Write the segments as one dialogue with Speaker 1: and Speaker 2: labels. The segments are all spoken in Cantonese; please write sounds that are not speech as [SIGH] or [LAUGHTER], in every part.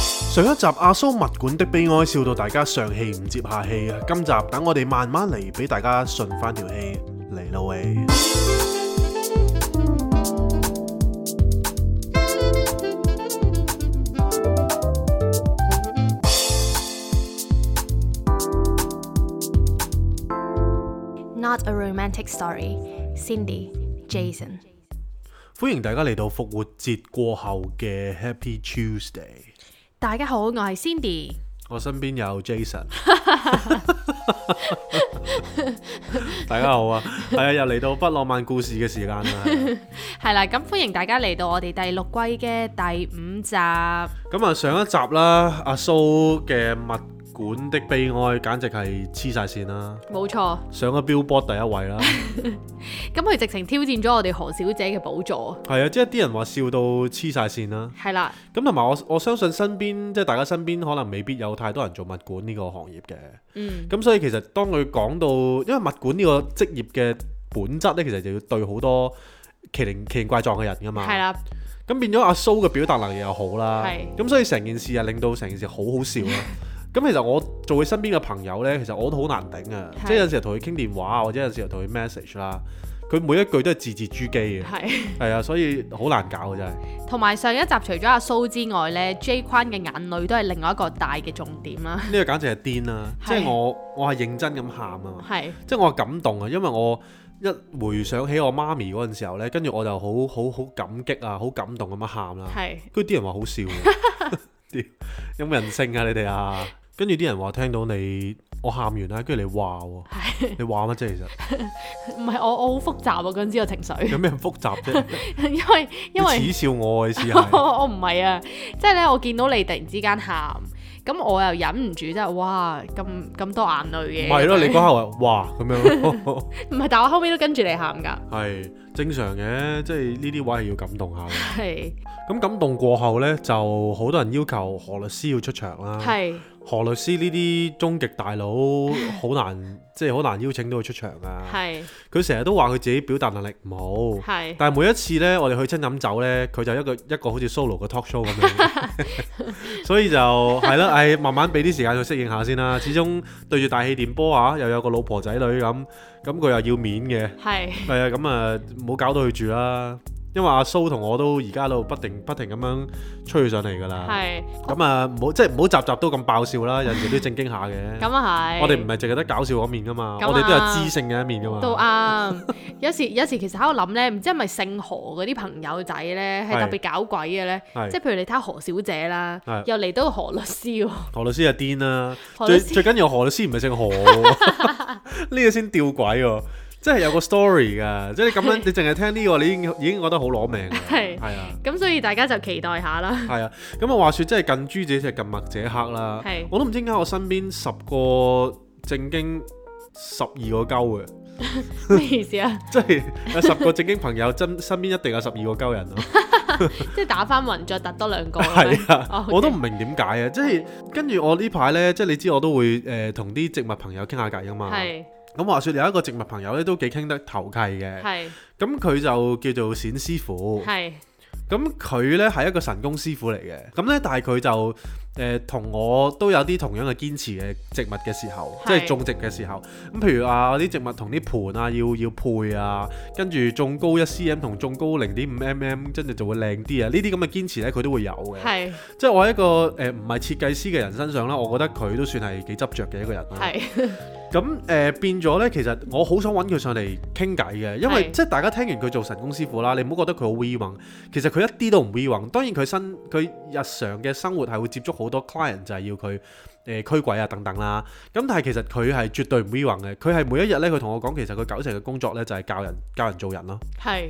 Speaker 1: 上一集阿蘇物管的悲哀笑到大家上氣唔接下氣啊！今集等我哋慢慢嚟，俾大家順翻條氣嚟啦喂！
Speaker 2: Not a romantic story. Cindy, Jason。
Speaker 1: 歡迎大家嚟到復活節過後嘅 Happy Tuesday。
Speaker 2: 大家好，我係 Cindy。
Speaker 1: 我身邊有 Jason，大家好啊！係啊，又嚟到不浪漫故事嘅時間啦。係啊
Speaker 2: 係啦，咁歡迎大家嚟到我哋第六季嘅第五集。
Speaker 1: 咁啊，上一集啦，阿蘇嘅物管的悲哀，簡直係黐晒線啦，
Speaker 2: 冇錯，
Speaker 1: 上咗 Billboard 第一位啦。
Speaker 2: 咁佢直情挑戰咗我哋何小姐嘅寶座。
Speaker 1: 係啊，即係啲人話笑到黐晒線啦。
Speaker 2: 係啦，
Speaker 1: 咁同埋我我相信身邊即係大家身邊可能未必有太多人做物管呢個行業嘅。
Speaker 2: 嗯，
Speaker 1: 咁所以其實當佢講到，因為物管呢個職業嘅本質呢，其實就要對好多奇靈奇形怪狀嘅人噶嘛。
Speaker 2: 係啦，
Speaker 1: 咁變咗阿蘇嘅表達能力又好啦，
Speaker 2: 係
Speaker 1: 咁所以成件事啊令到成件事好好笑
Speaker 2: [LAUGHS]
Speaker 1: 啦。咁其實我做佢身邊嘅朋友呢，其實我都好難頂啊！
Speaker 2: 係
Speaker 1: 即係有陣時候同佢傾電話啊，或者有陣時候同佢 message 啦，佢每一句都係字字珠璣
Speaker 2: [LAUGHS]
Speaker 1: 嘅，
Speaker 2: 係。
Speaker 1: 係啊，所以好難搞嘅真係。
Speaker 2: 同埋上一集除咗阿蘇之外呢 J 框嘅眼淚都係另外一個大嘅重點啦。
Speaker 1: 呢個簡直係癲啦！
Speaker 2: 係
Speaker 1: 即係我我係認真咁喊啊！
Speaker 2: 係，
Speaker 1: 即係我感動啊，因為我一回想起我媽咪嗰陣時候呢，跟住我就好好好感激啊，好感動咁樣喊啦。
Speaker 2: 係，
Speaker 1: 跟住啲人話好笑
Speaker 2: [LAUGHS]
Speaker 1: 喎，屌有冇人性啊你哋啊？跟住啲人話聽到你我喊完啦，跟住你話喎，你話乜啫？其實
Speaker 2: 唔係我我好複雜啊嗰陣時個情緒，
Speaker 1: 有咩咁複雜啫？
Speaker 2: [LAUGHS] 因為因為
Speaker 1: 你。恥笑我啊你試下，
Speaker 2: [LAUGHS] 我唔係啊，即係咧，我見到你突然之間喊，咁我又忍唔住，即係哇咁咁多眼
Speaker 1: 唔
Speaker 2: 淚嘅。
Speaker 1: 係咯？你嗰下話哇咁樣咯，
Speaker 2: 唔係，但我後尾都跟住你喊㗎，
Speaker 1: 係正常嘅，即係呢啲位係要感動下嘅。
Speaker 2: 係
Speaker 1: 咁感動過後呢，就好多人要求何律師要出場啦。
Speaker 2: 係
Speaker 1: 何律師呢啲終極大
Speaker 2: [LAUGHS]
Speaker 1: 佬好難，即係好難邀請到佢出場啊。
Speaker 2: 係
Speaker 1: 佢成日都話佢自己表達能力唔好，
Speaker 2: 係
Speaker 1: 但係每一次呢，我哋去親飲酒呢，佢就一個一個好似 solo 嘅 talk show 咁樣，
Speaker 2: [LAUGHS]
Speaker 1: [LAUGHS] 所以就係啦，唉，慢慢俾啲時間佢適應下先啦。始終對住大氣電波啊，又有個老婆仔女咁，咁佢又要面嘅。
Speaker 2: 係
Speaker 1: 係啊，咁啊，唔好搞到佢住啦。因為阿蘇同我都而家喺度不停不停咁樣吹佢上嚟㗎啦。
Speaker 2: 係
Speaker 1: 咁啊，唔好即係唔好集集都咁爆笑啦，
Speaker 2: [LAUGHS]
Speaker 1: 有陣時都正經下嘅。
Speaker 2: 咁啊係。
Speaker 1: 我哋唔係淨係得搞笑嗰面㗎嘛，
Speaker 2: 咁啊
Speaker 1: 我哋都有知性嘅一面㗎
Speaker 2: 都啊
Speaker 1: 嘛。
Speaker 2: 啱，有時有時其實喺度諗咧，唔知係咪姓何嗰啲朋友仔咧，係
Speaker 1: 係
Speaker 2: 特別搞鬼嘅咧，
Speaker 1: 係
Speaker 2: 即係譬如你睇下何小姐啦
Speaker 1: 係，
Speaker 2: 又嚟到何律師喎，
Speaker 1: 何律師就癲啦，
Speaker 2: 何律
Speaker 1: 最
Speaker 2: 師
Speaker 1: 最緊要何律師唔係姓何
Speaker 2: [LAUGHS]
Speaker 1: 喎，呢個先吊詭喎。即係有個 story 㗎，即係你咁樣，你淨係聽呢個，你已經已經覺得好攞命㗎。
Speaker 2: 係
Speaker 1: 係啊。
Speaker 2: 咁所以大家就期待下啦， [LAUGHS]
Speaker 1: 係啊，咁啊話説真係近朱者赤，近墨者黑啦
Speaker 2: 係。
Speaker 1: 我都唔知點解我身邊十個正經十二個鳩嘅， [LAUGHS]
Speaker 2: 咩意思啊？
Speaker 1: 即係有十個正經朋友，
Speaker 2: [LAUGHS]
Speaker 1: 真身邊一定有十二個鳩人咯。
Speaker 2: 即係打翻暈再突多兩個咁樣， [LAUGHS]
Speaker 1: 係啊
Speaker 2: 哦，，OK
Speaker 1: 我都唔明點解啊！即係跟住我呢排呢，即係你知我都會誒同啲植物朋友傾下偈噶啊嘛。
Speaker 2: 係
Speaker 1: 咁話説有一個植物朋友呢，都幾傾得投契嘅，
Speaker 2: 係
Speaker 1: 咁佢就叫做冼師傅。
Speaker 2: 係
Speaker 1: 咁佢呢係一個神功師傅嚟嘅，咁呢，但係佢就誒同、我都有啲同樣嘅堅持嘅植物嘅時候，
Speaker 2: 係
Speaker 1: 即係種植嘅時候，咁譬如啊啲植物同啲盤啊要要配啊，跟住種高一 cm 同種高零點五 mm，跟住就會靚啲啊，呢啲咁嘅堅持呢，佢都會有嘅，
Speaker 2: 係
Speaker 1: 即係我喺一個誒唔係設計師嘅人身上啦，我覺得佢都算係幾執着嘅一個人啦。
Speaker 2: 係
Speaker 1: 咁誒、呃、變咗呢，其實我好想揾佢上嚟傾偈嘅，因為
Speaker 2: 係
Speaker 1: 即係大家聽完佢做神功師傅啦，你唔好覺得佢好 we 混，其實佢一啲都唔 we 混。當然佢身佢日常嘅生活係會接觸好多 client，就係要佢誒、呃、驅鬼啊等等啦。咁但係其實佢係絕對唔 we 混嘅，佢係每一日呢，佢同我講，其實佢九成嘅工作呢，就係教人教人做人咯。
Speaker 2: 係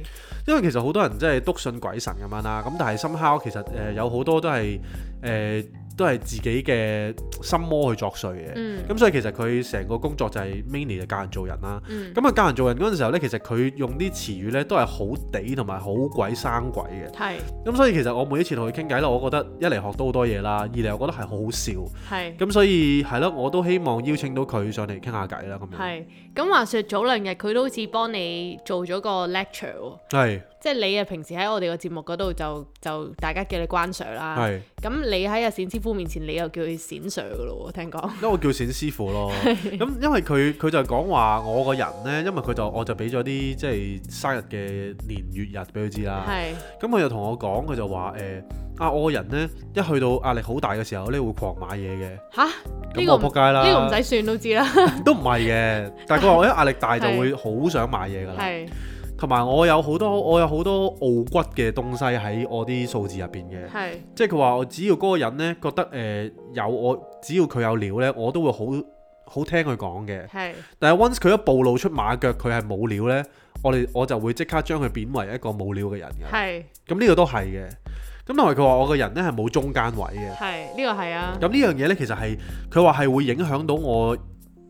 Speaker 1: 因為其實好多人真係篤信鬼神咁樣啦，咁但係 somehow 其實誒、呃有好多都係誒、呃都係自己嘅心魔去作祟嘅。
Speaker 2: 嗯
Speaker 1: 咁所以其實佢成個工作就係 mainly 就教人做人啦。
Speaker 2: 嗯
Speaker 1: 咁啊教人做人嗰陣時候呢，其實佢用啲詞語呢都係好地同埋好鬼生鬼嘅。
Speaker 2: 係
Speaker 1: 咁所以其實我每一次同佢傾偈咧，我覺得一嚟學到好多嘢啦，二嚟我覺得係好好笑。
Speaker 2: 係。
Speaker 1: 咁所以係咯，我都希望邀請到佢上嚟傾下偈啦。咁樣
Speaker 2: 係，咁話說早兩日佢都好似幫你做咗個 lecture 喎，
Speaker 1: 係
Speaker 2: 即係你啊，平時喺我哋個節目嗰度就就大家叫你關 Sir 啦。
Speaker 1: 係，
Speaker 2: 咁你喺阿冼師傅面前，你又叫佢冼 Sir 噶咯喎，聽講。
Speaker 1: 因為我叫冼師傅咯。咁因為佢佢就講話我個人呢，因為佢就我就俾咗啲即係生日嘅年月日俾佢知啦。
Speaker 2: 係
Speaker 1: 咁佢就同我講，佢就話誒、啊，我個人呢，一去到壓力好大嘅時候咧，會狂買嘢嘅。
Speaker 2: 吓，呢
Speaker 1: 咁
Speaker 2: 個
Speaker 1: 我
Speaker 2: 唔
Speaker 1: 仆街啦，
Speaker 2: 呢個唔使算都知啦。
Speaker 1: [LAUGHS] 都唔係嘅。但係佢話我一壓力大
Speaker 2: [LAUGHS]
Speaker 1: 就會好想買嘢㗎啦。
Speaker 2: 係
Speaker 1: 同埋我有好多我有好多傲骨嘅東西喺我啲數字入邊嘅。
Speaker 2: 係
Speaker 1: 即係佢話我只要嗰個人呢覺得誒、呃有我，只要佢有料呢，我都會好好聽佢講嘅。
Speaker 2: 係
Speaker 1: 但係 once 佢一暴露出馬腳，佢係冇料呢，我哋我就會即刻將佢貶為一個冇料嘅人㗎。
Speaker 2: 係
Speaker 1: 咁呢個都係嘅。咁同埋佢話我個人呢係冇中間位嘅。
Speaker 2: 係，呢個係啊，
Speaker 1: 咁呢樣嘢呢，其實係佢話係會影響到我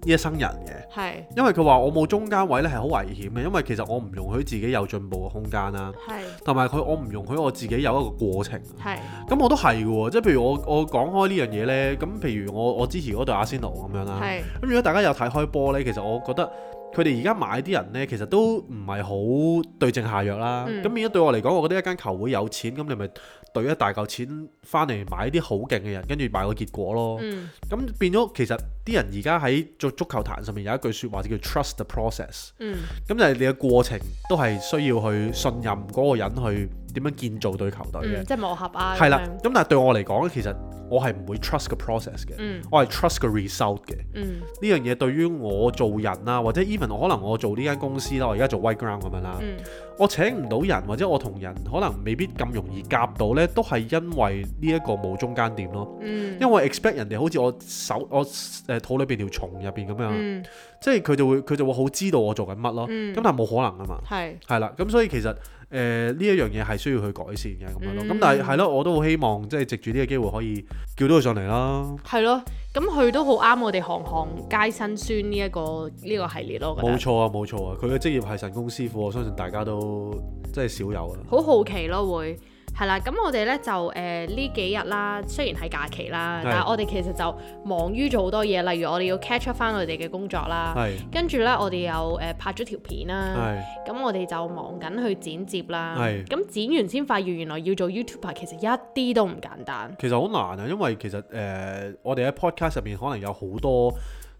Speaker 1: 一生人嘅，
Speaker 2: 係
Speaker 1: 因為佢話我冇中間位呢係好危險嘅，因為其實我唔容許自己有進步嘅空間啦，
Speaker 2: 係
Speaker 1: 同埋佢我唔容許我自己有一個過程。啊
Speaker 2: 係
Speaker 1: 咁我都係嘅喎，即係譬如我我講開呢樣嘢呢，咁譬如我我支持嗰隊阿仙奴咁樣啦，
Speaker 2: 係
Speaker 1: 咁如果大家有睇開波呢，其實我覺得佢哋而家買啲人呢，其實都唔係好對症下藥啦。
Speaker 2: 嗯
Speaker 1: 咁變咗對我嚟講，我覺得一間球會有錢，咁你咪對一大嚿錢翻嚟買啲好勁嘅人，跟住買個結果咯。
Speaker 2: 嗯
Speaker 1: 咁、變咗其實啲人而家喺做足球壇上面有一句説話就叫 trust the process，
Speaker 2: 嗯
Speaker 1: 咁就係你嘅過程都係需要去信任嗰個人去點樣建造對球隊嘅
Speaker 2: 嗯，。即係磨合啊，
Speaker 1: 係啦、
Speaker 2: 咁樣
Speaker 1: 咁但係對我嚟講，其實我係唔會 trust 個 process 嘅，
Speaker 2: 嗯
Speaker 1: 我係 trust 個 result 嘅。
Speaker 2: 嗯
Speaker 1: 呢樣嘢對於我做人啦，或者 even 可能我做呢間公司啦，我而家做 White Ground 咁樣啦，
Speaker 2: 嗯
Speaker 1: 我請唔到人，或者我同人可能未必咁容易夾到呢，都係因為呢一個冇中間點咯。
Speaker 2: 嗯，
Speaker 1: 因為我 expect 人哋好似我手我誒肚裏邊條蟲入邊咁樣，
Speaker 2: 嗯
Speaker 1: 即係佢就會佢就會好知道我做緊乜咯。咁、
Speaker 2: 嗯
Speaker 1: 但係冇可能啊嘛。
Speaker 2: 係
Speaker 1: 係啦，咁所以其實誒呢一樣嘢係需要去改善嘅咁樣咯。咁、
Speaker 2: 嗯
Speaker 1: 但係係咯，我都好希望即係藉住呢個機會可以叫到佢上嚟啦。
Speaker 2: 係咯，咁佢都好啱我哋行行皆辛酸呢一個呢個系列咯，我覺
Speaker 1: 冇
Speaker 2: 得。
Speaker 1: 錯啊，冇錯啊，佢嘅職業係神功師傅，我相信大家都真係少有啊。
Speaker 2: 好好奇咯，會係啦。咁我哋呢就呃誒呢、幾日啦，雖然係假期啦，
Speaker 1: 係
Speaker 2: 但係我哋其實就忙於做好多嘢，例如我哋要 catch up 翻我哋嘅工作啦。
Speaker 1: 係
Speaker 2: 跟住呢，我哋又誒、呃拍咗條片啦，
Speaker 1: 係
Speaker 2: 咁我哋就忙緊去剪接啦。
Speaker 1: 係
Speaker 2: 咁剪完先發現原來要做 YouTuber 其實一啲都唔簡單。
Speaker 1: 其實好難啊，因為其實誒、呃我哋喺 podcast 入面可能有好多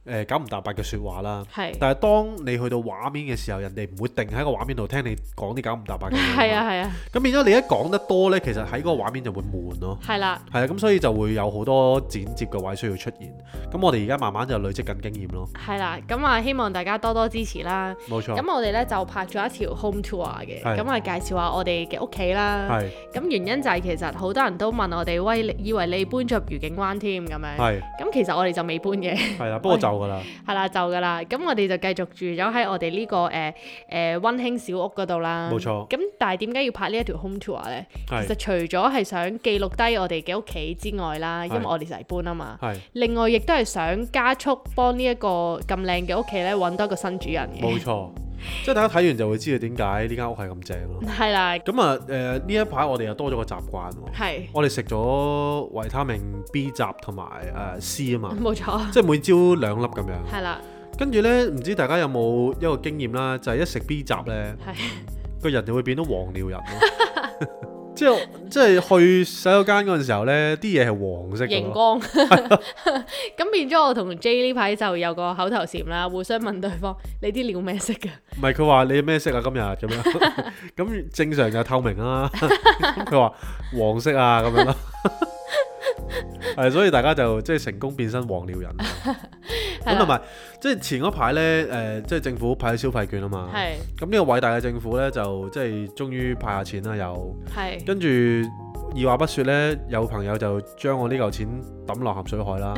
Speaker 1: 誒九唔搭八嘅説話啦。
Speaker 2: 係
Speaker 1: 但係當你去到畫面嘅時候，人哋唔會定喺個畫面度聽你講啲九唔搭八嘅嘢。
Speaker 2: [LAUGHS] 係啊。係啊
Speaker 1: 咁變咗你一講得多呢，其實喺嗰個畫面就會悶咯。
Speaker 2: 係啦，
Speaker 1: 係啊，咁所以就會有好多剪接嘅位需要出現。咁我哋而家慢慢就累積緊經驗咯，
Speaker 2: 係啦。咁啊，希望大家多多支持啦。
Speaker 1: 冇錯。
Speaker 2: 咁我哋呢就拍咗一條 home tour 嘅，
Speaker 1: 係
Speaker 2: 咁啊介紹下我哋嘅屋企啦。
Speaker 1: 係
Speaker 2: 咁原因就係其實好多人都問我哋，喂，你以為你搬咗入愉景灣添咁樣。
Speaker 1: 係
Speaker 2: 咁其實我哋就未搬嘅， [LAUGHS]
Speaker 1: 係啦，不過就㗎啦，
Speaker 2: 係啦就㗎啦。咁我哋就繼續住咗喺我哋呢、個誒誒温馨小屋嗰度啦。
Speaker 1: 冇錯
Speaker 2: 咁但係點解要拍呢一條 home tour 呢？其
Speaker 1: 係
Speaker 2: 實除咗係想記錄低我哋嘅屋企之外啦，因為
Speaker 1: 係
Speaker 2: 我哋成日搬啊嘛。
Speaker 1: 係
Speaker 2: 另外亦都係想加速幫呢一個咁靚嘅屋企呢，揾多一個新主人
Speaker 1: 冇
Speaker 2: 嘅。
Speaker 1: 錯。即係大家睇完就會知道點解呢間屋係咁正咯。
Speaker 2: 係啦，
Speaker 1: 咁啊誒呢一排我哋又多咗個習慣喎，
Speaker 2: 係
Speaker 1: 我哋食咗維他命 B 集同埋誒 C 啊嘛，
Speaker 2: 冇錯，
Speaker 1: 即係每朝兩粒咁樣。
Speaker 2: 係啦，
Speaker 1: 跟住呢，唔知大家有冇一個經驗啦，就係一食 B 集呢。
Speaker 2: 係
Speaker 1: 個人就會變到黃尿人咯。即係即係去洗手間嗰陣時候呢，啲嘢係黃色嘅
Speaker 2: 熒
Speaker 1: 咯。 [LAUGHS]
Speaker 2: 光。咁變咗我同 J 呢排就有個口頭禪啦，互相問對方：你啲料咩色㗎？
Speaker 1: 唔係佢話你咩色啊？今日咁
Speaker 2: [LAUGHS]
Speaker 1: 樣咁正常就透明啦。 [LAUGHS] 咁佢話黃色啊咁樣
Speaker 2: [LAUGHS]
Speaker 1: 咯。係，所以大家就即係成功變身黃尿人。
Speaker 2: 係啊
Speaker 1: 咁
Speaker 2: 啦
Speaker 1: 同埋即係前嗰排呢，誒、即係政府派咗消費券啊嘛。
Speaker 2: 係
Speaker 1: 咁呢個偉大嘅政府呢，就即係終於派下錢啦，又
Speaker 2: 係
Speaker 1: 跟住二話不說呢，有朋友就將我呢嚿錢抌落鹹水海
Speaker 2: [LAUGHS]
Speaker 1: 啦。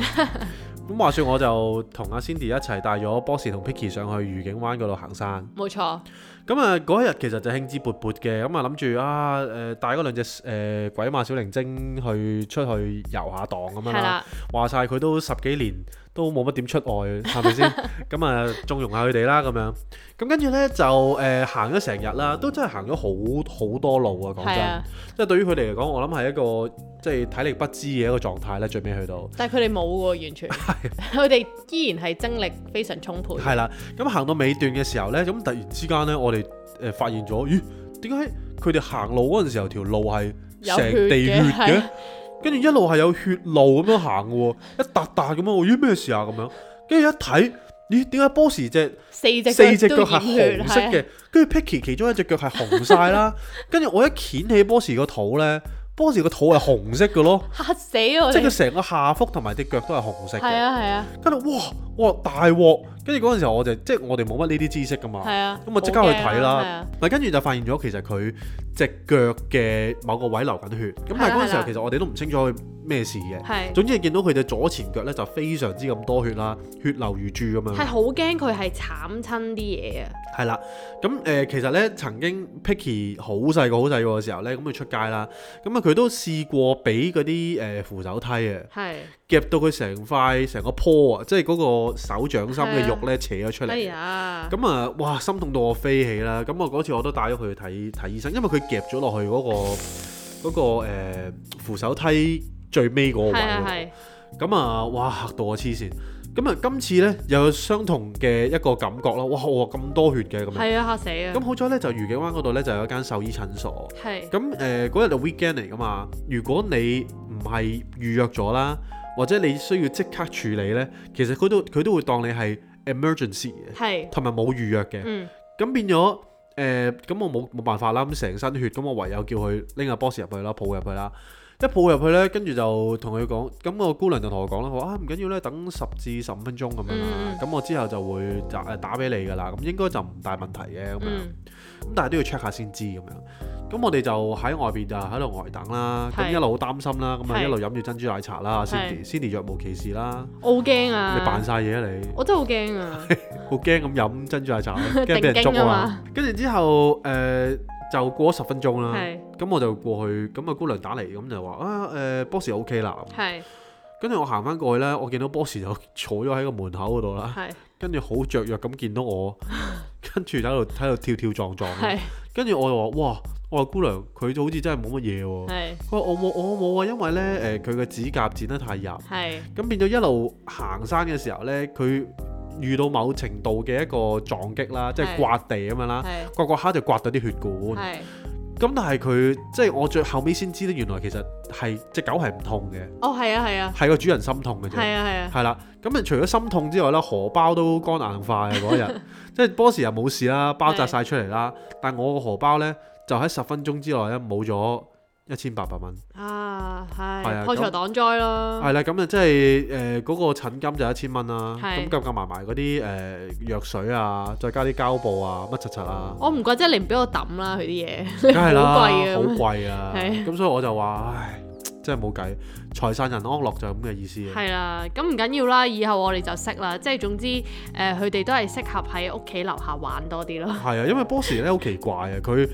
Speaker 1: 咁話說我就同阿 Cindy 一齊帶咗 Boss 同 Picky 上去愉景灣嗰度行山。
Speaker 2: 冇錯，
Speaker 1: 咁啊嗰一日其實就興致勃勃嘅，咁啊諗住啊誒、呃帶嗰兩隻誒、呃鬼馬小靈精去出去遊下蕩咁樣
Speaker 2: 係
Speaker 1: 啦。
Speaker 2: 啦，
Speaker 1: 話晒佢都十幾年都冇乜點出外，係咪
Speaker 2: [LAUGHS]
Speaker 1: 先？咁啊縱容下佢哋啦咁樣。咁跟住呢，就誒行咗成日啦，都真係行咗好好多路啊！講
Speaker 2: 係
Speaker 1: 真。
Speaker 2: 啊，
Speaker 1: 即係對於佢哋嚟講，我諗係一個即係體力不支嘅一個狀態咧，最尾去到
Speaker 2: 但係佢哋冇
Speaker 1: [LAUGHS]
Speaker 2: 喎，完全，佢哋依然係精力非常充沛，
Speaker 1: 係啦。咁行到尾段嘅時候呢，咁突然之間呢，我哋誒發現咗，咦？點解佢哋行路嗰陣時候，條路係
Speaker 2: 有
Speaker 1: 成
Speaker 2: 血
Speaker 1: 地血
Speaker 2: 嘅係
Speaker 1: 嘅，跟住一路係有血路咁樣行嘅喎，一笪笪咁樣，我咦咩事啊咁樣，跟住一睇，咦點解波士隻？
Speaker 2: 四隻
Speaker 1: 四隻
Speaker 2: 腳
Speaker 1: 腳
Speaker 2: 都
Speaker 1: 係
Speaker 2: 染血
Speaker 1: 紅色
Speaker 2: 係啊
Speaker 1: 嘅，跟住 Picky 其中一隻腳係紅晒啦，跟住我一掀起 Boss 個肚咧，Boss 個肚係紅色嘅咯，
Speaker 2: 啊嚇死我
Speaker 1: 即係
Speaker 2: 哋！
Speaker 1: 佢成個下腹同埋隻腳都係紅色
Speaker 2: 係
Speaker 1: 嘅，
Speaker 2: 啊係啊
Speaker 1: 跟住哇哇大鑊，跟住嗰陣時候我就即係我哋冇乜呢啲知識噶嘛，
Speaker 2: 係啊，
Speaker 1: 咁我即刻
Speaker 2: 好
Speaker 1: 去
Speaker 2: 驚
Speaker 1: 睇
Speaker 2: 啊係
Speaker 1: 啦
Speaker 2: 啊，
Speaker 1: 咪跟住就發現咗其實佢隻腳嘅某個位流緊血，咁但係嗰陣時
Speaker 2: 係啦係
Speaker 1: 候
Speaker 2: 啦
Speaker 1: 其實我哋都唔清楚佢咩事嘅，
Speaker 2: 係啊
Speaker 1: 總之係見到佢隻左前腳咧就非常之咁多血啦，血流如注咁樣。
Speaker 2: 係好驚佢係慘親啲嘢啊！
Speaker 1: 係啦，咁誒、呃其實咧曾經 Picky 好細個好細個嘅時候咧，咁佢出街啦，咁啊佢都試過俾嗰啲誒扶手梯啊
Speaker 2: 係，
Speaker 1: 夾到佢成塊成個坡啊，即係嗰個手掌心嘅肉咧扯咗出
Speaker 2: 哎
Speaker 1: 嚟。
Speaker 2: 呀，
Speaker 1: 咁啊，哇！心痛到我飛起啦！咁我嗰次我都帶咗佢去睇睇醫生，因為佢夾咗落去嗰、個嗰、個、呃、扶手梯最尾嗰個位
Speaker 2: 係啊
Speaker 1: 嗰度
Speaker 2: 係，
Speaker 1: 咁啊，哇嚇到我黐線！咁啊，今次咧又有相同嘅一個感覺啦，哇！我話咁多血嘅咁樣。
Speaker 2: 係啊嚇死啊！
Speaker 1: 咁好彩咧，就愉景灣嗰度咧就有一間獸醫診所。
Speaker 2: 係
Speaker 1: 咁誒嗰日就 weekend 嚟噶嘛，如果你唔係預約咗啦，或者你需要即刻處理咧，其實佢都佢都會當你係 emergency 嘅，
Speaker 2: 係，
Speaker 1: 同埋冇預約嘅。
Speaker 2: 嗯
Speaker 1: 咁變咗誒，咁、我冇冇辦法啦，咁成身血，咁我唯有叫佢拎阿 boss 入去啦，抱入去啦。一抱入去咧，跟住就同佢講，咁、個姑娘就同我講啦，佢話啊唔緊要咧，等十至十五分鐘咁樣啦
Speaker 2: 嗯，
Speaker 1: 咁、我之後就會打誒打俾你噶啦，咁應該就唔大問題嘅咁樣。
Speaker 2: 嗯，
Speaker 1: 咁但係都要 check 下先知咁樣。咁我哋就喺外邊就喺度呆等啦，咁
Speaker 2: 係
Speaker 1: 一路好擔心啦，咁啊
Speaker 2: 係
Speaker 1: 一路飲住珍珠奶茶啦
Speaker 2: 係
Speaker 1: ，Cindy，Cindy 若無其事啦，
Speaker 2: 我好驚啊！
Speaker 1: 你扮晒嘢啊你，
Speaker 2: 我真係好
Speaker 1: [LAUGHS]
Speaker 2: 驚啊！
Speaker 1: 好驚咁飲珍珠奶
Speaker 2: [LAUGHS]
Speaker 1: 茶，驚俾人
Speaker 2: 定
Speaker 1: 捉
Speaker 2: 經
Speaker 1: 啊
Speaker 2: 啊
Speaker 1: 嘛
Speaker 2: 嘛。
Speaker 1: 跟住之後誒就過咗十分鐘啦，
Speaker 2: 係
Speaker 1: 咁我就過去，咁啊姑娘打嚟，咁就話啊誒 boss OK 啦，
Speaker 2: 係
Speaker 1: 跟住我行翻過去咧，我見到 boss 就坐咗喺個門口嗰度啦，
Speaker 2: 係
Speaker 1: 跟住好雀躍咁見到
Speaker 2: [LAUGHS]
Speaker 1: 我，跟住喺度喺度跳跳撞撞啦。
Speaker 2: 係
Speaker 1: 跟住我就話：哇！我話姑娘，佢就好似真係冇乜嘢喎。
Speaker 2: 係
Speaker 1: 佢話我冇我冇啊，因為咧誒佢嘅指甲剪得太入，
Speaker 2: 係
Speaker 1: 咁變咗一路行山嘅時候咧，佢遇到某程度嘅一個撞擊啦，即係
Speaker 2: 係
Speaker 1: 刮地咁樣啦，
Speaker 2: 係
Speaker 1: 刮刮下就刮到啲血管。
Speaker 2: 係
Speaker 1: 咁但係佢即係我最後尾先知道，原來其實係只狗係唔痛嘅，
Speaker 2: 哦係啊係啊
Speaker 1: 係個主人心痛嘅啫。
Speaker 2: 係啊係啊
Speaker 1: 係啦，咁啊除咗心痛之外啦，荷包都肝硬化嘅嗰
Speaker 2: [LAUGHS]
Speaker 1: 日，即係 boss 又冇事啦，包紮晒出嚟啦，但我個荷包呢，就喺十分鐘之內咧冇咗一千八百蚊，
Speaker 2: 啊
Speaker 1: 係啊
Speaker 2: 係破財擋災咯，
Speaker 1: 係啦，咁啊即係誒嗰個診金就一千蚊啦，咁
Speaker 2: 係
Speaker 1: 夾夾埋埋嗰啲誒藥水啊，再加啲膠布啊，乜柒柒
Speaker 2: [LAUGHS]
Speaker 1: 啊，
Speaker 2: 我唔怪之你唔俾我抌啦佢啲嘢，
Speaker 1: 梗係啦，
Speaker 2: 好貴啊
Speaker 1: 好貴啊，
Speaker 2: [LAUGHS] 係
Speaker 1: 咁所以我就話唉，真係冇計，財散人安樂就係咁嘅意思啊，
Speaker 2: 係啦，咁唔緊要啦，以後我哋就識啦，即係總之誒佢哋都係適合喺屋企樓下玩多啲咯，
Speaker 1: 係啊，因為 boss 咧好奇怪啊，佢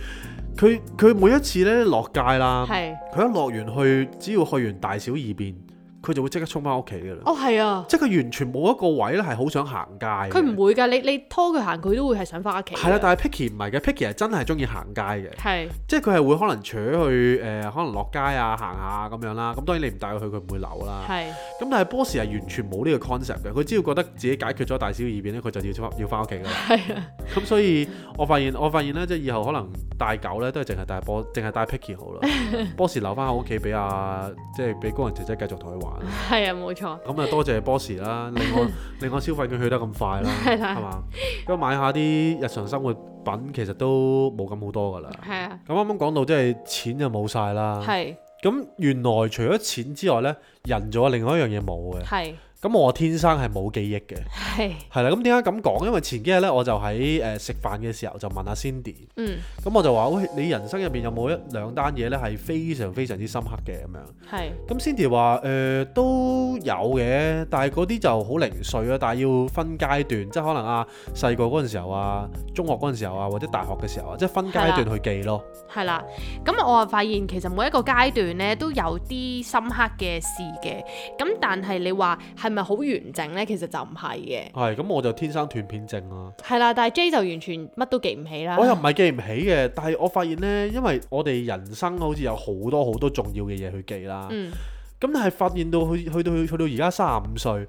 Speaker 1: 佢佢每一次咧落街啦。
Speaker 2: 係
Speaker 1: 佢一落完去，只要去完大小二便，佢就會即刻衝翻屋企嘅啦。
Speaker 2: 哦係啊，
Speaker 1: 即係佢完全冇一個位咧係好想行街嘅。
Speaker 2: 佢唔會啊㗎，你你拖佢行佢都會係想翻屋企㗎，
Speaker 1: 係啦，但係 Picky 唔係嘅，Picky 係真係中意行街嘅，
Speaker 2: 係
Speaker 1: 即係佢係會可能扯去誒、呃可能落街啊，行下咁樣啦。咁當然你唔帶佢去，佢唔會扭啦。
Speaker 2: 係
Speaker 1: 咁但係 Boss 係完全冇呢個 concept 嘅，佢只要覺得自己解決咗大小二便咧，佢就要翻要翻屋企㗎啦。
Speaker 2: 係啊
Speaker 1: 咁所以我發現我發現咧，即係以後可能帶狗咧都係淨係帶波，淨係帶 Picky 好啦。Boss 留翻喺屋企俾阿即係俾工人姐姐繼續同佢玩啦。
Speaker 2: 係啊冇錯，
Speaker 1: 咁啊，多謝 boss 啦，令我令我消費券去得咁快啦，
Speaker 2: 係啦
Speaker 1: 係嘛？咁買下啲日常生活品，其實都冇咁好多噶啦。
Speaker 2: 係啊
Speaker 1: 咁啱啱講到即係錢就冇晒啦。
Speaker 2: 係
Speaker 1: 咁原來除咗錢之外呢，人仲有另外一樣嘢冇嘅。
Speaker 2: 係
Speaker 1: 咁我天生係冇記憶嘅，
Speaker 2: 係
Speaker 1: 係啦。咁點解咁講？因為前幾日呢，我就喺誒食飯嘅時候就問阿 Cindy，
Speaker 2: 嗯
Speaker 1: 咁我就話：喂，你人生入邊有冇一兩單嘢呢係非常非常之深刻嘅咁樣？
Speaker 2: 係。
Speaker 1: 咁 Cindy 話誒、呃都有嘅，但係嗰啲就好零碎啊，但係要分階段，即係可能啊細個嗰陣時候啊，中學嗰陣時候啊，或者大學嘅時候啊，即係分階段去記咯。
Speaker 2: 係啦，咁我啊發現其實每一個階段咧都有啲深刻嘅事嘅，咁但係你話係咪好完整呢？其實就唔係嘅。
Speaker 1: 係咁，我就天生斷片症啦。
Speaker 2: 係啦，但係 J 就完全乜都記唔起啦。
Speaker 1: 我又唔係記唔起嘅，但係我發現呢，因為我哋人生好似有好多好多重要嘅嘢去記啦。咁、
Speaker 2: 嗯，
Speaker 1: 但係發現到去去到去到而家三十五歲，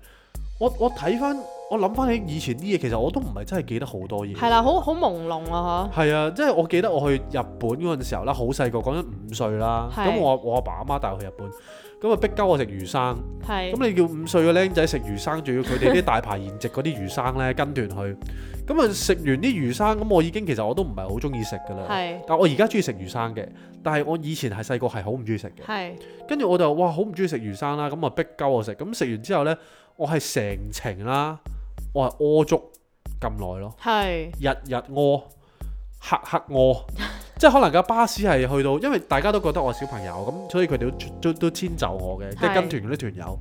Speaker 1: 我我睇翻我諗翻起以前啲嘢，其實我都唔係真係記得好多嘢。
Speaker 2: 係啦，好好朦朧啊，嗬。
Speaker 1: 係啊，即係我記得我去日本嗰陣時候啦，好細個，講緊五歲啦。
Speaker 2: 係
Speaker 1: 咁我我阿爸阿媽帶我去日本，咁啊逼鳩我食魚生。
Speaker 2: 係
Speaker 1: 咁你叫五歲嘅僆仔食魚生，仲要佢哋啲大排筵席嗰啲魚生咧跟團去。咁啊食完啲魚生，咁我已經其實我都唔係好中意食㗎啦。
Speaker 2: 係
Speaker 1: 但我而家中意食魚生嘅，但係我以前係細個係好唔中意食嘅。
Speaker 2: 係
Speaker 1: 跟住我就哇好唔中意食魚生啦，咁啊逼鳩我食。咁食完之後呢，我係成程啦，我係屙足咁耐咯。
Speaker 2: 係
Speaker 1: 日日屙，黑黑屙， [LAUGHS] 即係可能架巴士係去到，因為大家都覺得我係小朋友咁，所以佢哋都都都遷就我嘅，即係
Speaker 2: 係
Speaker 1: 跟團嗰啲團友。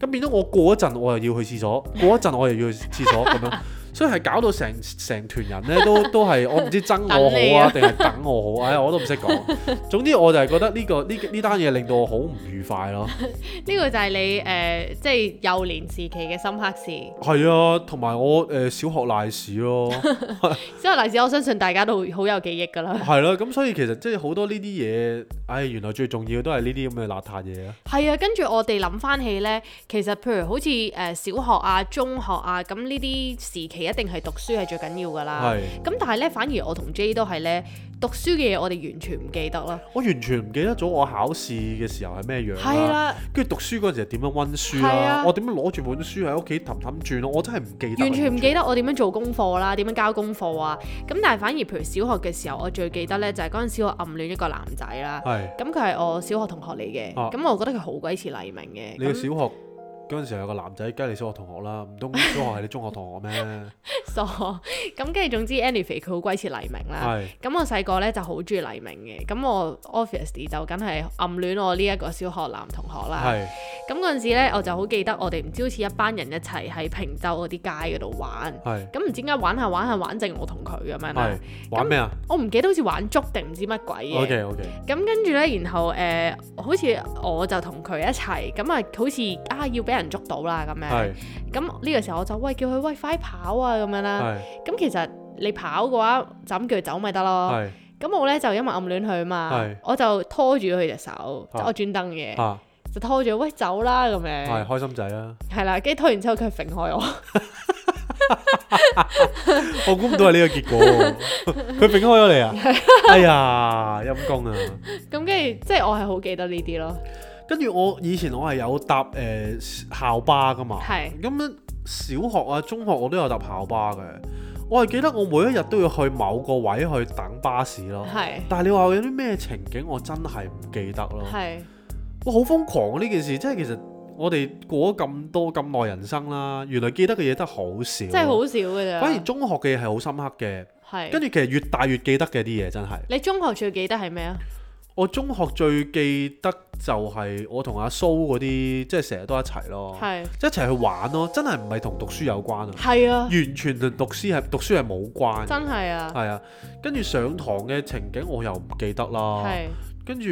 Speaker 1: 咁變咗我過一陣我又要去廁所，過一陣我又要去廁所咁
Speaker 2: [LAUGHS]
Speaker 1: 樣，所以係搞到成成團人咧都 [LAUGHS] 都係我唔知憎我
Speaker 2: 等你
Speaker 1: 好啊
Speaker 2: 啊
Speaker 1: 定係等我好，唉、我都唔識講。
Speaker 2: [LAUGHS]
Speaker 1: 總之我就係覺得呢、個呢呢單嘢令到我好唔愉快咯。
Speaker 2: 呢個就係你誒，即係幼年時期嘅深刻事。
Speaker 1: 係啊，同埋我誒、呃小學賴屎咯。
Speaker 2: 之後例子，我相信大家都好有記憶
Speaker 1: [LAUGHS]
Speaker 2: 㗎啦。
Speaker 1: 係咯，咁所以其實即係好多呢啲嘢，唉，原來最重要都係呢啲咁嘅邋遢嘢啊。
Speaker 2: 係啊，跟住我哋諗翻起呢，其實譬如好似誒、呃小學啊、中學啊，咁呢啲時期一定係讀書係最緊要㗎啦。
Speaker 1: 係，
Speaker 2: 咁但係呢，反而我同 J 都係呢，讀書嘅嘢，我哋完全唔記得啦。
Speaker 1: 我完全唔記得咗我考試嘅時候係啊咩樣
Speaker 2: 係
Speaker 1: 啦。
Speaker 2: 啦，
Speaker 1: 跟住讀書嗰陣時係點樣温書
Speaker 2: 係
Speaker 1: 啦
Speaker 2: 啊，
Speaker 1: 我點樣攞住本書喺屋企氹氹轉咯，啊我真係唔記得。
Speaker 2: [LAUGHS] 完全唔記。得我點樣做功課啦，點樣交功課啊。咁但係反而譬如小學嘅時候，我最記得呢，就係嗰陣時我暗戀一個男仔啦。
Speaker 1: 係，
Speaker 2: 咁佢係我小學同學嚟嘅，
Speaker 1: 啊
Speaker 2: 咁、我覺得佢好鬼似黎明嘅。
Speaker 1: 你嘅
Speaker 2: 咁
Speaker 1: 小
Speaker 2: [LAUGHS]
Speaker 1: 學嗰陣時候有個男仔，梗係你小學同學啦，唔通小學係
Speaker 2: [LAUGHS]
Speaker 1: 你中學同學咩？
Speaker 2: 傻，咁跟住總之 anyway 佢好鬼似黎明啦。
Speaker 1: 係，
Speaker 2: 咁我細個咧就好中意黎明嘅，咁我 obviously 就梗係暗戀我呢一個小學男同學啦。
Speaker 1: 係，
Speaker 2: 咁嗰陣時咧，我就好記得我哋唔知好似一班人一齊喺平洲嗰啲街嗰度玩，
Speaker 1: 係，
Speaker 2: 咁唔知點解玩下玩下玩剩我同佢咁樣啦
Speaker 1: 係。，玩咩啊
Speaker 2: 我唔記得好似玩捉定唔知乜鬼嘢。
Speaker 1: ？OK OK，
Speaker 2: 咁跟住咧，然後誒、呃好似我就同佢一齊，咁啊，好似啊要俾人捉到啦咁樣。
Speaker 1: 係，
Speaker 2: 咁呢個時候我就喂叫佢喂快跑啊咁樣啦。
Speaker 1: 係，
Speaker 2: 咁其實你跑嘅話，就咁叫佢走咪得咯。
Speaker 1: 係，
Speaker 2: 咁我咧就因為暗戀佢嘛
Speaker 1: 係，
Speaker 2: 我就拖住佢隻手，即係我專登嘅，
Speaker 1: 啊，
Speaker 2: 就拖住佢喂走啦咁
Speaker 1: 係
Speaker 2: 樣，
Speaker 1: 開心仔啊啦，
Speaker 2: 係啦，跟住拖完之後佢揈開我， [LAUGHS]
Speaker 1: 我估唔到係呢個
Speaker 2: [LAUGHS]
Speaker 1: 結果喎，佢揈開咗你啊！哎呀，陰公啊！
Speaker 2: 咁跟住即係我係好記得呢啲咯，
Speaker 1: 跟住我以前我係有搭誒、呃校巴噶嘛，
Speaker 2: 係
Speaker 1: 咁樣小學啊、中學我都有搭校巴嘅。我係記得我每一日都要去某個位去等巴士咯。
Speaker 2: 係
Speaker 1: 但係你話有啲咩情景，我真係唔記得咯。
Speaker 2: 係
Speaker 1: 哇，好瘋狂啊！呢件事，即係其實我哋過咗咁多咁耐人生啦，原來記得嘅嘢得好少，
Speaker 2: 真係好少嘅咋，
Speaker 1: 反而中學嘅嘢係好深刻嘅，跟住
Speaker 2: 係
Speaker 1: 其實越大越記得嘅啲嘢真係。
Speaker 2: 你中學最記得係咩啊？
Speaker 1: 我中學最記得就係我同阿蘇嗰啲，即係成日都一齊咯，
Speaker 2: 係
Speaker 1: 一齊去玩咯，真係唔係同讀書有關啊，
Speaker 2: 係啊，
Speaker 1: 完全同讀書係讀書係冇關嘅，
Speaker 2: 真係啊，
Speaker 1: 係啊。跟住上堂嘅情景我又唔記得啦，
Speaker 2: 係
Speaker 1: 跟住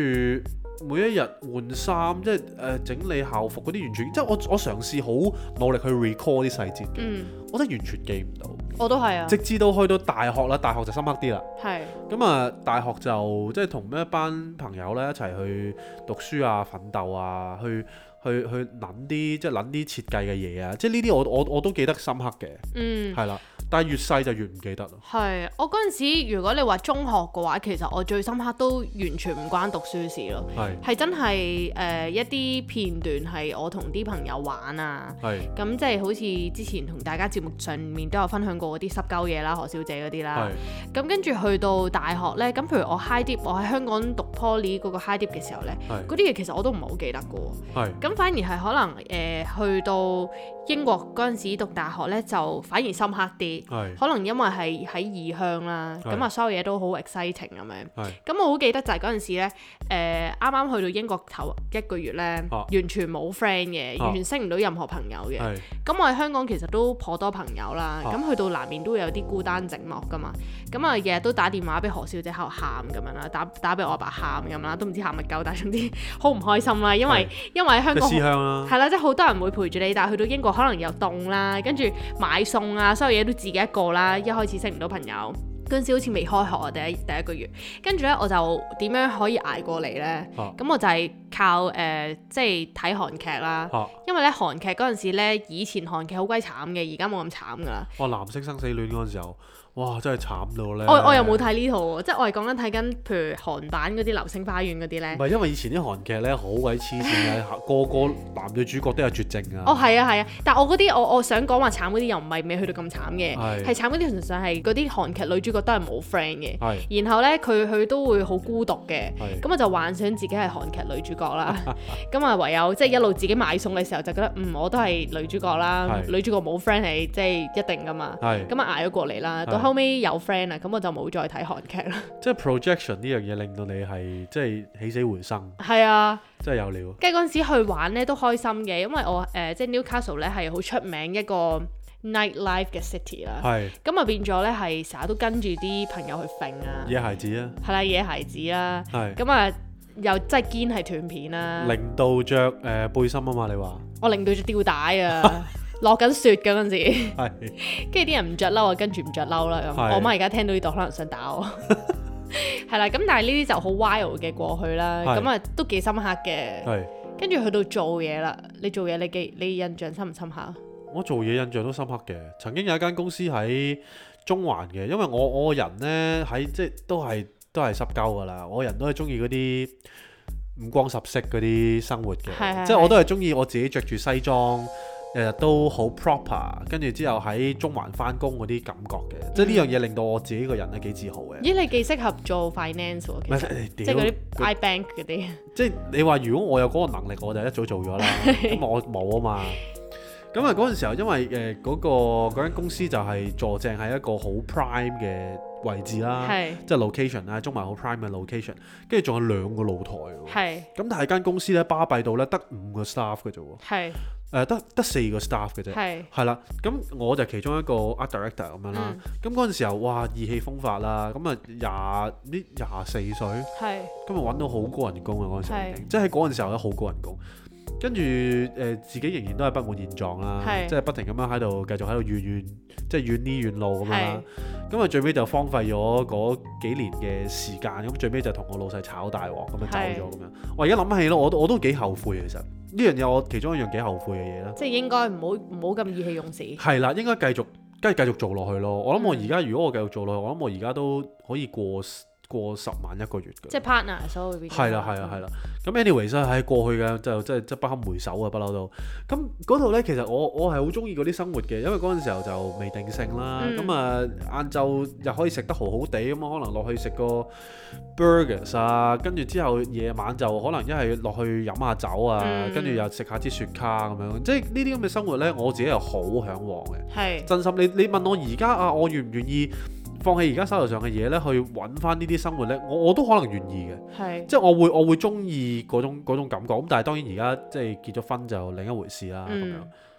Speaker 1: 每一日換衫，即係誒整理校服嗰啲，完全即係我我嘗試好努力去 recall 啲細節嘅，
Speaker 2: 嗯，
Speaker 1: 我真係完全記唔到，
Speaker 2: 我都係啊
Speaker 1: 直，至到去到大學啦，大學就深刻啲啦。
Speaker 2: 係
Speaker 1: 咁啊，大學就即係同一班朋友咧一齊去讀書啊、奮鬥啊，去去去諗啲即係諗啲設計嘅嘢啊，即係呢啲我我我都記得深刻嘅，
Speaker 2: 嗯。
Speaker 1: 係啦、但係越細就越唔記得咯。
Speaker 2: 係，我嗰陣時如果你話中學嘅話，其實我最深刻都完全唔關讀書事咯。
Speaker 1: 係
Speaker 2: 係真係誒、呃一啲片段係我同啲朋友玩啊，
Speaker 1: 係
Speaker 2: 咁即係好似之前同大家節目上面都有分享過嗰啲濕鳩嘢啦，何小姐嗰啲啦
Speaker 1: 係。
Speaker 2: 咁跟住去到大學呢，咁譬如我 high dip，我喺香港讀 poly 嗰個 high dip 嘅時候呢，
Speaker 1: 係
Speaker 2: 嗰啲嘢其實我都唔係好記得嘅喎。
Speaker 1: 係
Speaker 2: 咁反而係可能誒、呃去到英國嗰陣時讀大學呢，就反而深刻啲。
Speaker 1: 係
Speaker 2: 可能因為係喺異鄉啦，
Speaker 1: 係
Speaker 2: 咁啊所有嘢都好 exciting 咁樣。
Speaker 1: 係
Speaker 2: 咁我好記得就係嗰陣時咧，誒啱啱去到英國頭一個月咧，
Speaker 1: 啊
Speaker 2: 完全冇 friend 嘅，
Speaker 1: 啊
Speaker 2: 完全識唔到任何朋友嘅。
Speaker 1: 係
Speaker 2: 咁我喺香港其實都頗多朋友啦，
Speaker 1: 啊
Speaker 2: 咁、去到南面都會有啲孤單寂寞噶嘛。咁啊日日都打電話俾何小姐喺度喊咁樣啦，打打俾我阿爸喊咁啦，都唔知喊乜鳩，但係總之好唔開心啦，因為因為喺香
Speaker 1: 即係
Speaker 2: 港
Speaker 1: 思鄉啊啦，
Speaker 2: 係啦，即係好多人會陪住你，但係去到英國可能又凍啦，跟住買餸啊，所有嘢都自己一個啦，一開始識唔到朋友。嗰陣時好似未開學啊，第一第一個月，跟住呢，我就點樣可以捱過嚟呢？
Speaker 1: 啊
Speaker 2: 咁我就係靠誒、呃即係睇韓劇啦。
Speaker 1: 嚇！
Speaker 2: 因為咧韓劇嗰陣時咧，以前韓劇好鬼慘嘅，而家冇咁慘噶啦。
Speaker 1: 哇！藍色生死戀嗰陣時候，哇！真係慘到啊咧。
Speaker 2: 我我又冇。睇呢套喎，即係我係講緊睇緊，譬如韓版嗰啲《流星花園》嗰啲
Speaker 1: 唔
Speaker 2: 咧。
Speaker 1: 係因為以前啲韓劇咧好鬼黐線嘅，個個男女主角都有絕症啊。
Speaker 2: 哦，係啊，係啊，但我嗰啲我我想講話慘嗰啲又唔係未去到咁慘嘅，
Speaker 1: 係
Speaker 2: 係慘嗰啲純粹係嗰啲韓劇女主角都係冇 friend 嘅。
Speaker 1: 係
Speaker 2: 然後咧，佢佢都會好孤獨嘅，
Speaker 1: 係
Speaker 2: 咁我就幻想自己係韓劇女主角啦。
Speaker 1: [LAUGHS]
Speaker 2: 咁啊，唯有即係一路自己買餸嘅時候就覺得，嗯，我都係女主角啦。
Speaker 1: 係
Speaker 2: 女主角冇 friend 係即係一定噶嘛。
Speaker 1: 係
Speaker 2: 咁啊捱咗過嚟啦，到
Speaker 1: 係
Speaker 2: 後尾有 friend 啊啦，咁我就冇再睇韓劇啦。 [LAUGHS]
Speaker 1: 即係 projection 呢樣嘢令到你係即係起死回生，
Speaker 2: 係啊，
Speaker 1: 真係有料。
Speaker 2: 跟住嗰陣時去玩咧都開心嘅，因為我誒、呃即係 Newcastle 咧係好出名一個 nightlife 嘅 city 啦。
Speaker 1: 係
Speaker 2: 咁啊變咗咧係成日都跟住啲朋友去揈啊，
Speaker 1: 野孩子啊，
Speaker 2: 係啦野孩子啦，
Speaker 1: 係
Speaker 2: 咁啊又真係堅係斷片啦，
Speaker 1: 零度着誒、呃背心啊嘛，你話
Speaker 2: 我令到隻吊帶
Speaker 1: [LAUGHS]
Speaker 2: 啊，落緊雪嘅嗰陣時，
Speaker 1: 係
Speaker 2: 跟住啲人唔着褸啊，跟住唔着褸啦咁，
Speaker 1: 係
Speaker 2: 我媽而家聽到呢度可能想
Speaker 1: [LAUGHS]
Speaker 2: 打我。係啦，咁但係呢啲就好 wild 嘅過去啦，
Speaker 1: 係
Speaker 2: 咁啊都幾深刻嘅。
Speaker 1: 係。
Speaker 2: 跟住去到做嘢啦，你做嘢你記你印象深唔深刻？
Speaker 1: 我做嘢印象都深刻嘅，曾經有一間公司喺中環嘅，因為我我個人呢，喺即係都係都係濕鳩噶啦，我人都係中意嗰啲五光十色嗰啲生活
Speaker 2: 係係
Speaker 1: 嘅，即係我都係中意我自己着住西裝，日日都好 proper，跟住之後喺中環翻工嗰啲感覺嘅，即係呢樣嘢令到我自己個人係幾自豪嘅。
Speaker 2: 咦，你幾適合做 finance 喎，其
Speaker 1: 唔
Speaker 2: 實
Speaker 1: 係
Speaker 2: 即
Speaker 1: 屌
Speaker 2: 係嗰
Speaker 1: 佢
Speaker 2: 啲 iBank 嗰啲。
Speaker 1: 即係你話，如果我有嗰個能力，我就一早做
Speaker 2: [LAUGHS]
Speaker 1: 咗啦。咁我冇啊嘛。咁啊，嗰陣時候，因為誒嗰、個嗰間公司就係坐正喺一個好 prime 嘅位置啦，
Speaker 2: 係
Speaker 1: 即係 location 啦，中環好 prime 嘅 location，跟住仲有兩個露台喎。
Speaker 2: 係
Speaker 1: 咁但係間公司咧巴閉到咧得五個 staff 嘅啫喎，誒、呃
Speaker 2: 係
Speaker 1: 得得四個 staff 嘅啫。
Speaker 2: 係
Speaker 1: 係啦，咁我就其中一個 art director 咁樣
Speaker 2: 嗯
Speaker 1: 啦。咁嗰陣時候，哇，意氣風發啦，咁啊廿呢廿四歲。
Speaker 2: 係
Speaker 1: 今日揾到好高人工啊！嗰陣時候已
Speaker 2: 係
Speaker 1: 經，即係喺嗰陣時候咧好高人工，跟住誒自己仍然都係不滿現狀啦
Speaker 2: 係，
Speaker 1: 即係不停咁樣喺度繼續喺度怨怨，即係怨呢怨路咁樣啦。咁啊最尾就荒廢咗嗰幾年嘅時間，咁最尾就同我老細炒大鑊咁樣啊走
Speaker 2: 係
Speaker 1: 咗咁樣。我而家諗起咯，我都我都幾後悔其實呢樣嘢，我其中一樣幾後悔嘅嘢啦。
Speaker 2: 即係應該唔好唔好咁意氣用事。
Speaker 1: 係啦，應該繼續，跟住繼續做落去咯。我諗我
Speaker 2: 嗯
Speaker 1: 而家如果我繼續做落去，我諗我而家都可以過過十萬一個月㗎。
Speaker 2: 即係 partner 所謂
Speaker 1: 係啦，係啦，係啦。咁 anyways 啦，喺過去嘅就真係真不堪回首啊，不嬲都。咁嗰度呢，其實我我係好中意嗰啲生活嘅，因為嗰陣時候就未定性啦。
Speaker 2: 嗯
Speaker 1: 咁啊、晏晝又可以食得好好地咁啊，可能落去食個 burgers 啊，跟住之後夜晚就可能一係落去飲下酒啊，
Speaker 2: 嗯
Speaker 1: 跟住又食下支雪卡咁樣。即係呢啲咁嘅生活呢，我自己係好向往嘅。
Speaker 2: 係
Speaker 1: 真心，你你問我而家啊，我願唔願意放棄而家手頭上嘅嘢呢，去揾翻呢啲生活呢？我我都可能願意嘅。
Speaker 2: 係
Speaker 1: 即係我會我會中意嗰種嗰種感覺，咁但係當然而家即係結咗婚就另一回事啦，啊咁、
Speaker 2: 嗯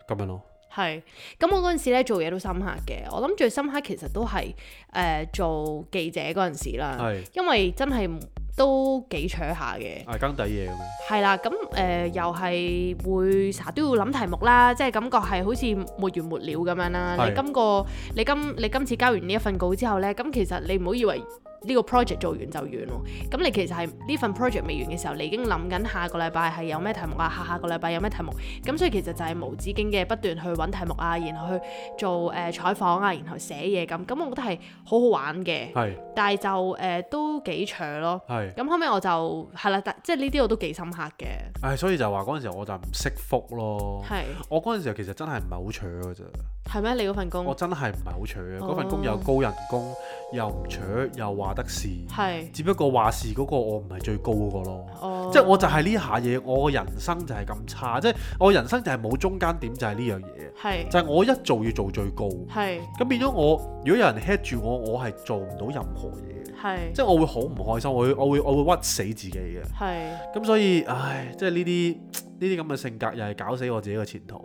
Speaker 1: 樣咁樣咯，
Speaker 2: 係。咁我嗰陣時咧做嘢都深刻嘅，我諗最深刻其實都係誒、呃做記者嗰陣時啦，
Speaker 1: 係
Speaker 2: 因為真係都幾扯下嘅。
Speaker 1: 捱更抵夜咁樣，
Speaker 2: 係啦，咁誒、呃又係會成日都要諗題目啦，即係感覺係好似沒完沒了咁樣啦。
Speaker 1: 係
Speaker 2: 你今個你今你今次交完呢一份稿之後呢，咁其實你唔好以為呢個 project 做完就完喎，咁你其實係呢份 project 未完嘅時候，你已經諗緊下個禮拜係有咩題目啊，下下個禮拜有咩題目，咁所以其實就係無止境嘅不斷去揾題目啊，然後去做誒、呃、採訪啊，然後寫嘢咁，咁我覺得係好好玩嘅，
Speaker 1: 係
Speaker 2: 但係就誒、呃都幾長咯。
Speaker 1: 係，
Speaker 2: 咁後尾我就係啦，但即係呢啲我都幾深刻嘅，
Speaker 1: 唉，所以就話嗰陣時候我就唔識福咯，
Speaker 2: 係
Speaker 1: 我嗰陣時候其實真係唔係好搶嘅啫，
Speaker 2: 係咩？你嗰份
Speaker 1: 我
Speaker 2: 工
Speaker 1: 真係唔係好搶嘅，
Speaker 2: 哦
Speaker 1: 嗰份工又高人工，又唔搶，又話得事，
Speaker 2: 係
Speaker 1: 只不過話事嗰個我唔係最高嗰個咯。
Speaker 2: 哦，
Speaker 1: 即係我就係呢下嘢，我人生就係咁差，即係我人生就係冇中間點，就係呢樣嘢，
Speaker 2: 係
Speaker 1: 就係我一做要做最高。
Speaker 2: 係
Speaker 1: 咁變咗我，如果有人 hit 住我，我係做唔到任何嘢嘅，
Speaker 2: 係
Speaker 1: 即係我會好唔開心，我會我會我會屈死自己嘅。
Speaker 2: 係
Speaker 1: 咁所以，唉，即係呢啲呢啲咁嘅性格又係搞死我自己嘅前途。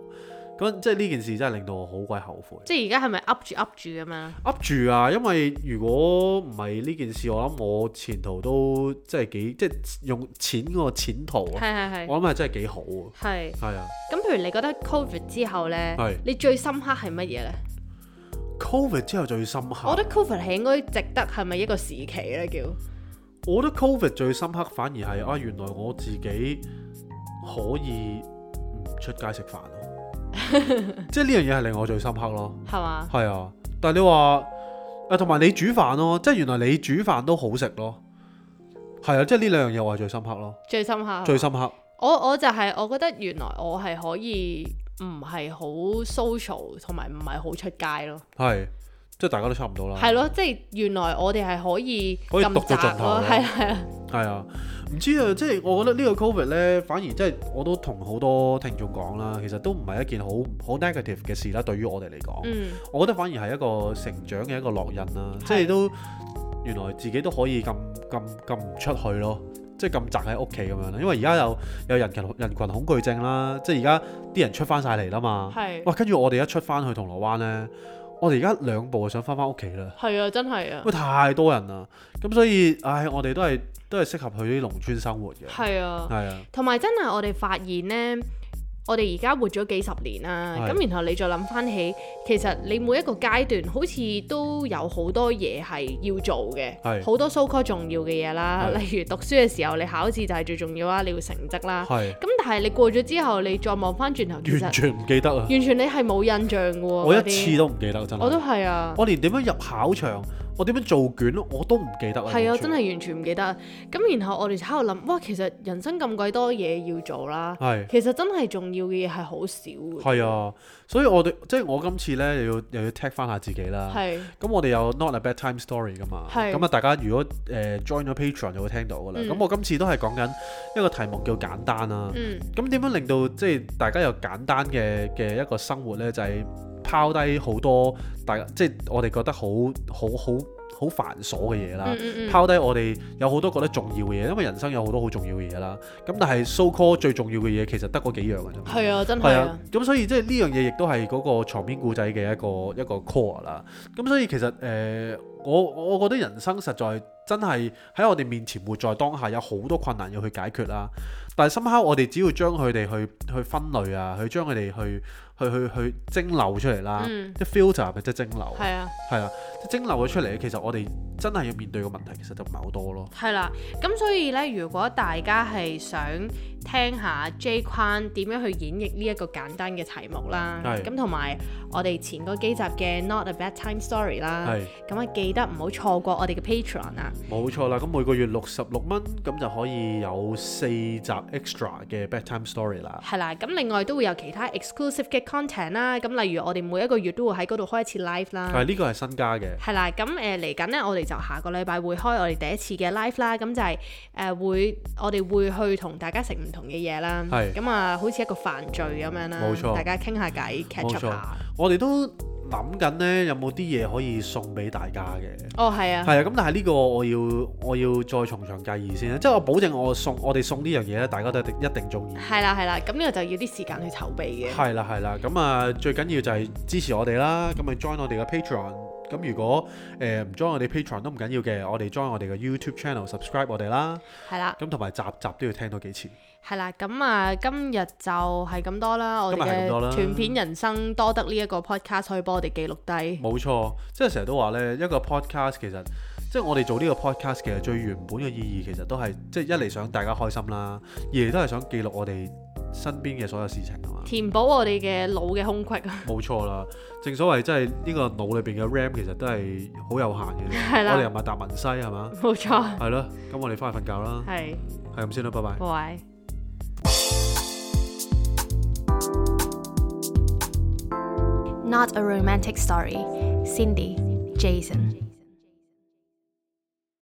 Speaker 1: 咁即係呢件事真係令到我好鬼後悔。
Speaker 2: 即係而家係咪噏住噏住咁樣？
Speaker 1: 噏住啊，因為如果唔係呢件事，我諗我前途都即係幾即係用錢嗰個前途啊，
Speaker 2: 係係係
Speaker 1: 我諗係真係幾好啊。
Speaker 2: 係。
Speaker 1: 係啊
Speaker 2: 咁譬如你覺得 Covid 之後呢
Speaker 1: 係，
Speaker 2: 你最深刻係乜嘢呢？
Speaker 1: ，Covid 之後最深刻。
Speaker 2: 我覺得 Covid 係應該值得係咪一個時期呢？叫
Speaker 1: 我覺得 Covid 最深刻反而係啊，原來我自己可以唔出街食飯咯， [LAUGHS] 即係呢樣嘢係令我最深刻咯。
Speaker 2: 係嘛？
Speaker 1: 係啊，但係你話啊，同埋你煮飯咯，即係原來你煮飯都好食咯。係啊，即係呢兩樣嘢我係最深刻咯，
Speaker 2: 最深刻。
Speaker 1: 最深刻。
Speaker 2: 我我就係、我覺得原來我係可以唔係好 social 同埋唔係好出街咯。
Speaker 1: 係，即係大家都差唔多啦。
Speaker 2: 係咯，即係原來我哋係可以
Speaker 1: 哦可以讀
Speaker 2: 咁
Speaker 1: 到盡
Speaker 2: 窄
Speaker 1: 頭
Speaker 2: 咯
Speaker 1: 咯，
Speaker 2: 係啦係啦，
Speaker 1: 係啊，唔知啊，即係我覺得呢個 Covid 呢，反而即係我都同好多聽眾講啦，其實都唔係一件好好 negative 嘅事啦，對於我哋嚟講，
Speaker 2: 嗯，
Speaker 1: 我覺得反而係一個成長嘅一個烙印啦，
Speaker 2: 係
Speaker 1: 即係都原來自己都可以咁咁咁唔出去咯。即係咁宅喺屋企咁樣啦，因為而家有有人群人群恐懼症啦，即係而家啲人出翻晒嚟啦嘛。
Speaker 2: 係
Speaker 1: 哇！跟住我哋一出翻去銅鑼灣呢，我哋而家兩步就想翻翻屋企啦。
Speaker 2: 係啊，真係啊
Speaker 1: 因，為太多人啦，咁所以唉，我哋都係都係適合去啲農村生活嘅，
Speaker 2: 係啊，
Speaker 1: 係啊，
Speaker 2: 同埋真係我哋發現呢。我哋而家活咗幾十年啦，
Speaker 1: 係
Speaker 2: 咁然後你再諗翻起，其實你每一個階段好似都有好多嘢係要做嘅，
Speaker 1: 係
Speaker 2: 好多 so called 重要嘅嘢啦，
Speaker 1: 係
Speaker 2: 例如讀書嘅時候你考試就係最重要啊啦，你要成績啦。
Speaker 1: 係
Speaker 2: 咁但係你過咗之後，你再望翻轉頭，其實
Speaker 1: 完全唔記得啊！
Speaker 2: 完全你係冇印象嘅喎。
Speaker 1: 我一
Speaker 2: 嗰啲
Speaker 1: 次都唔記得真
Speaker 2: 我都
Speaker 1: 係，
Speaker 2: 係啊，
Speaker 1: 我連點樣入考場，我點樣做卷我都唔記得啊！
Speaker 2: 係啊，
Speaker 1: 完全
Speaker 2: 真係完全唔記得。咁然後我哋喺度諗，哇，其實人生咁鬼多嘢要做啦，
Speaker 1: 係
Speaker 2: 其實真係重要嘅嘢係好少嘅。
Speaker 1: 係啊，所以我哋即係我今次呢，又要又要 tag 翻下自己啦。
Speaker 2: 係
Speaker 1: 咁我哋有 Not a Bad Time Story 噶嘛，
Speaker 2: 係
Speaker 1: 咁啊大家如果誒、呃 join 咗 Patreon 就會聽到噶啦。
Speaker 2: 嗯
Speaker 1: 咁、我今次都係講緊一個題目叫簡單啦。
Speaker 2: 嗯
Speaker 1: 咁點樣令到即係大家有簡單嘅嘅一個生活呢？就係、拋低好多大家即係我哋覺得好好好好繁瑣嘅嘢啦。
Speaker 2: 嗯嗯嗯，
Speaker 1: 拋低我哋有好多覺得重要嘅嘢，因為人生有好多好重要嘅嘢啦。咁但係 so call 最重要嘅嘢其實得嗰幾樣嘅啫嘛。
Speaker 2: 係啊，真係
Speaker 1: 係啊
Speaker 2: 啊，，
Speaker 1: 咁所以即係呢樣嘢亦都係嗰個床邊故仔嘅一個一個 core 啦。咁所以其實誒、呃我我覺得人生實在真係喺我哋面前活在當下，有好多困難要去解決啦。但係深刻，我哋只要將佢哋去去分類啊，去將佢哋去去去去蒸餾出嚟啦。
Speaker 2: 嗯，
Speaker 1: 即 filter 咪即係蒸餾，
Speaker 2: 係啊，
Speaker 1: 係啊，即蒸餾咗出嚟。其實我哋真係要面對嘅問題，其實就唔係好多咯。
Speaker 2: 係啦。咁所以呢，如果大家係想聽下 J 框點樣去演繹呢一個簡單嘅題目啦，
Speaker 1: 係
Speaker 2: 咁同埋我哋前嗰幾集嘅 Not a Bad Time Story 啦，
Speaker 1: 係
Speaker 2: 咁啊記得唔好錯過我哋嘅 Patreon 啊。
Speaker 1: 冇錯啦。咁每個月六十六蚊，咁就可以有四集 extra 嘅 bedtime story 啦。
Speaker 2: 係啦，咁另外都會有其他 exclusive 嘅 content 啦，咁例如我哋每一個月都會喺嗰度開一次 live 啦。
Speaker 1: 係呢個係新加嘅，
Speaker 2: 係啦，咁誒嚟緊呢，我哋就下個禮拜會開我哋第一次嘅 live 啦，咁就係、誒、會我哋會去同大家食唔同嘅嘢啦，
Speaker 1: 係
Speaker 2: 咁啊好似一個飯聚咁樣啦，
Speaker 1: 冇錯
Speaker 2: 大家傾下偈，catch
Speaker 1: 冇
Speaker 2: up
Speaker 1: 錯
Speaker 2: 下。
Speaker 1: 我哋都諗緊呢，有冇啲嘢可以送俾大家嘅？
Speaker 2: 哦，係啊，
Speaker 1: 係啊，咁但係呢個我要我要再從長計議先啦，即係我保證我送我哋送呢樣嘢咧，大家都一定一定中意。
Speaker 2: 係啦，係啦，咁呢個就要啲時間去籌備嘅。
Speaker 1: 係啦係啦，咁啊最緊要就係支持我哋啦，咁咪啊 join 我哋嘅 Patreon。咁如果誒唔 join 我哋 Patreon 都唔緊要嘅，我哋 join 我哋嘅 YouTube channel subscribe 我哋啦。
Speaker 2: 係啦，
Speaker 1: 咁同埋集集都要聽多幾次。
Speaker 2: 係啦，咁啊今日就係咁多啦，我哋
Speaker 1: 今日係咁多啦
Speaker 2: 嘅斷片人生多得呢一個 podcast 可以幫我哋記錄低。
Speaker 1: 冇錯，即係成日都話呢，一個 podcast 其實即係我哋做呢個 podcast 其實最原本嘅意義其實都係即係一嚟想大家開心啦，二嚟都係想記錄我哋身邊嘅所有事情
Speaker 2: [LAUGHS]
Speaker 1: 啊嘛。
Speaker 2: 填補我哋嘅腦嘅空隙 [LAUGHS] 啊！
Speaker 1: 冇錯啦，正所謂即係呢個腦裏邊嘅 RAM 其實都係好有限
Speaker 2: 係
Speaker 1: 嘅。
Speaker 2: 啦
Speaker 1: 我哋又唔係達文西係嘛？
Speaker 2: 冇錯，
Speaker 1: 係咯，咁我哋翻去瞓覺啦，
Speaker 2: 係，
Speaker 1: 係咁先啦，拜拜。
Speaker 2: 各位。
Speaker 3: Not a romantic story. Cindy, Jason.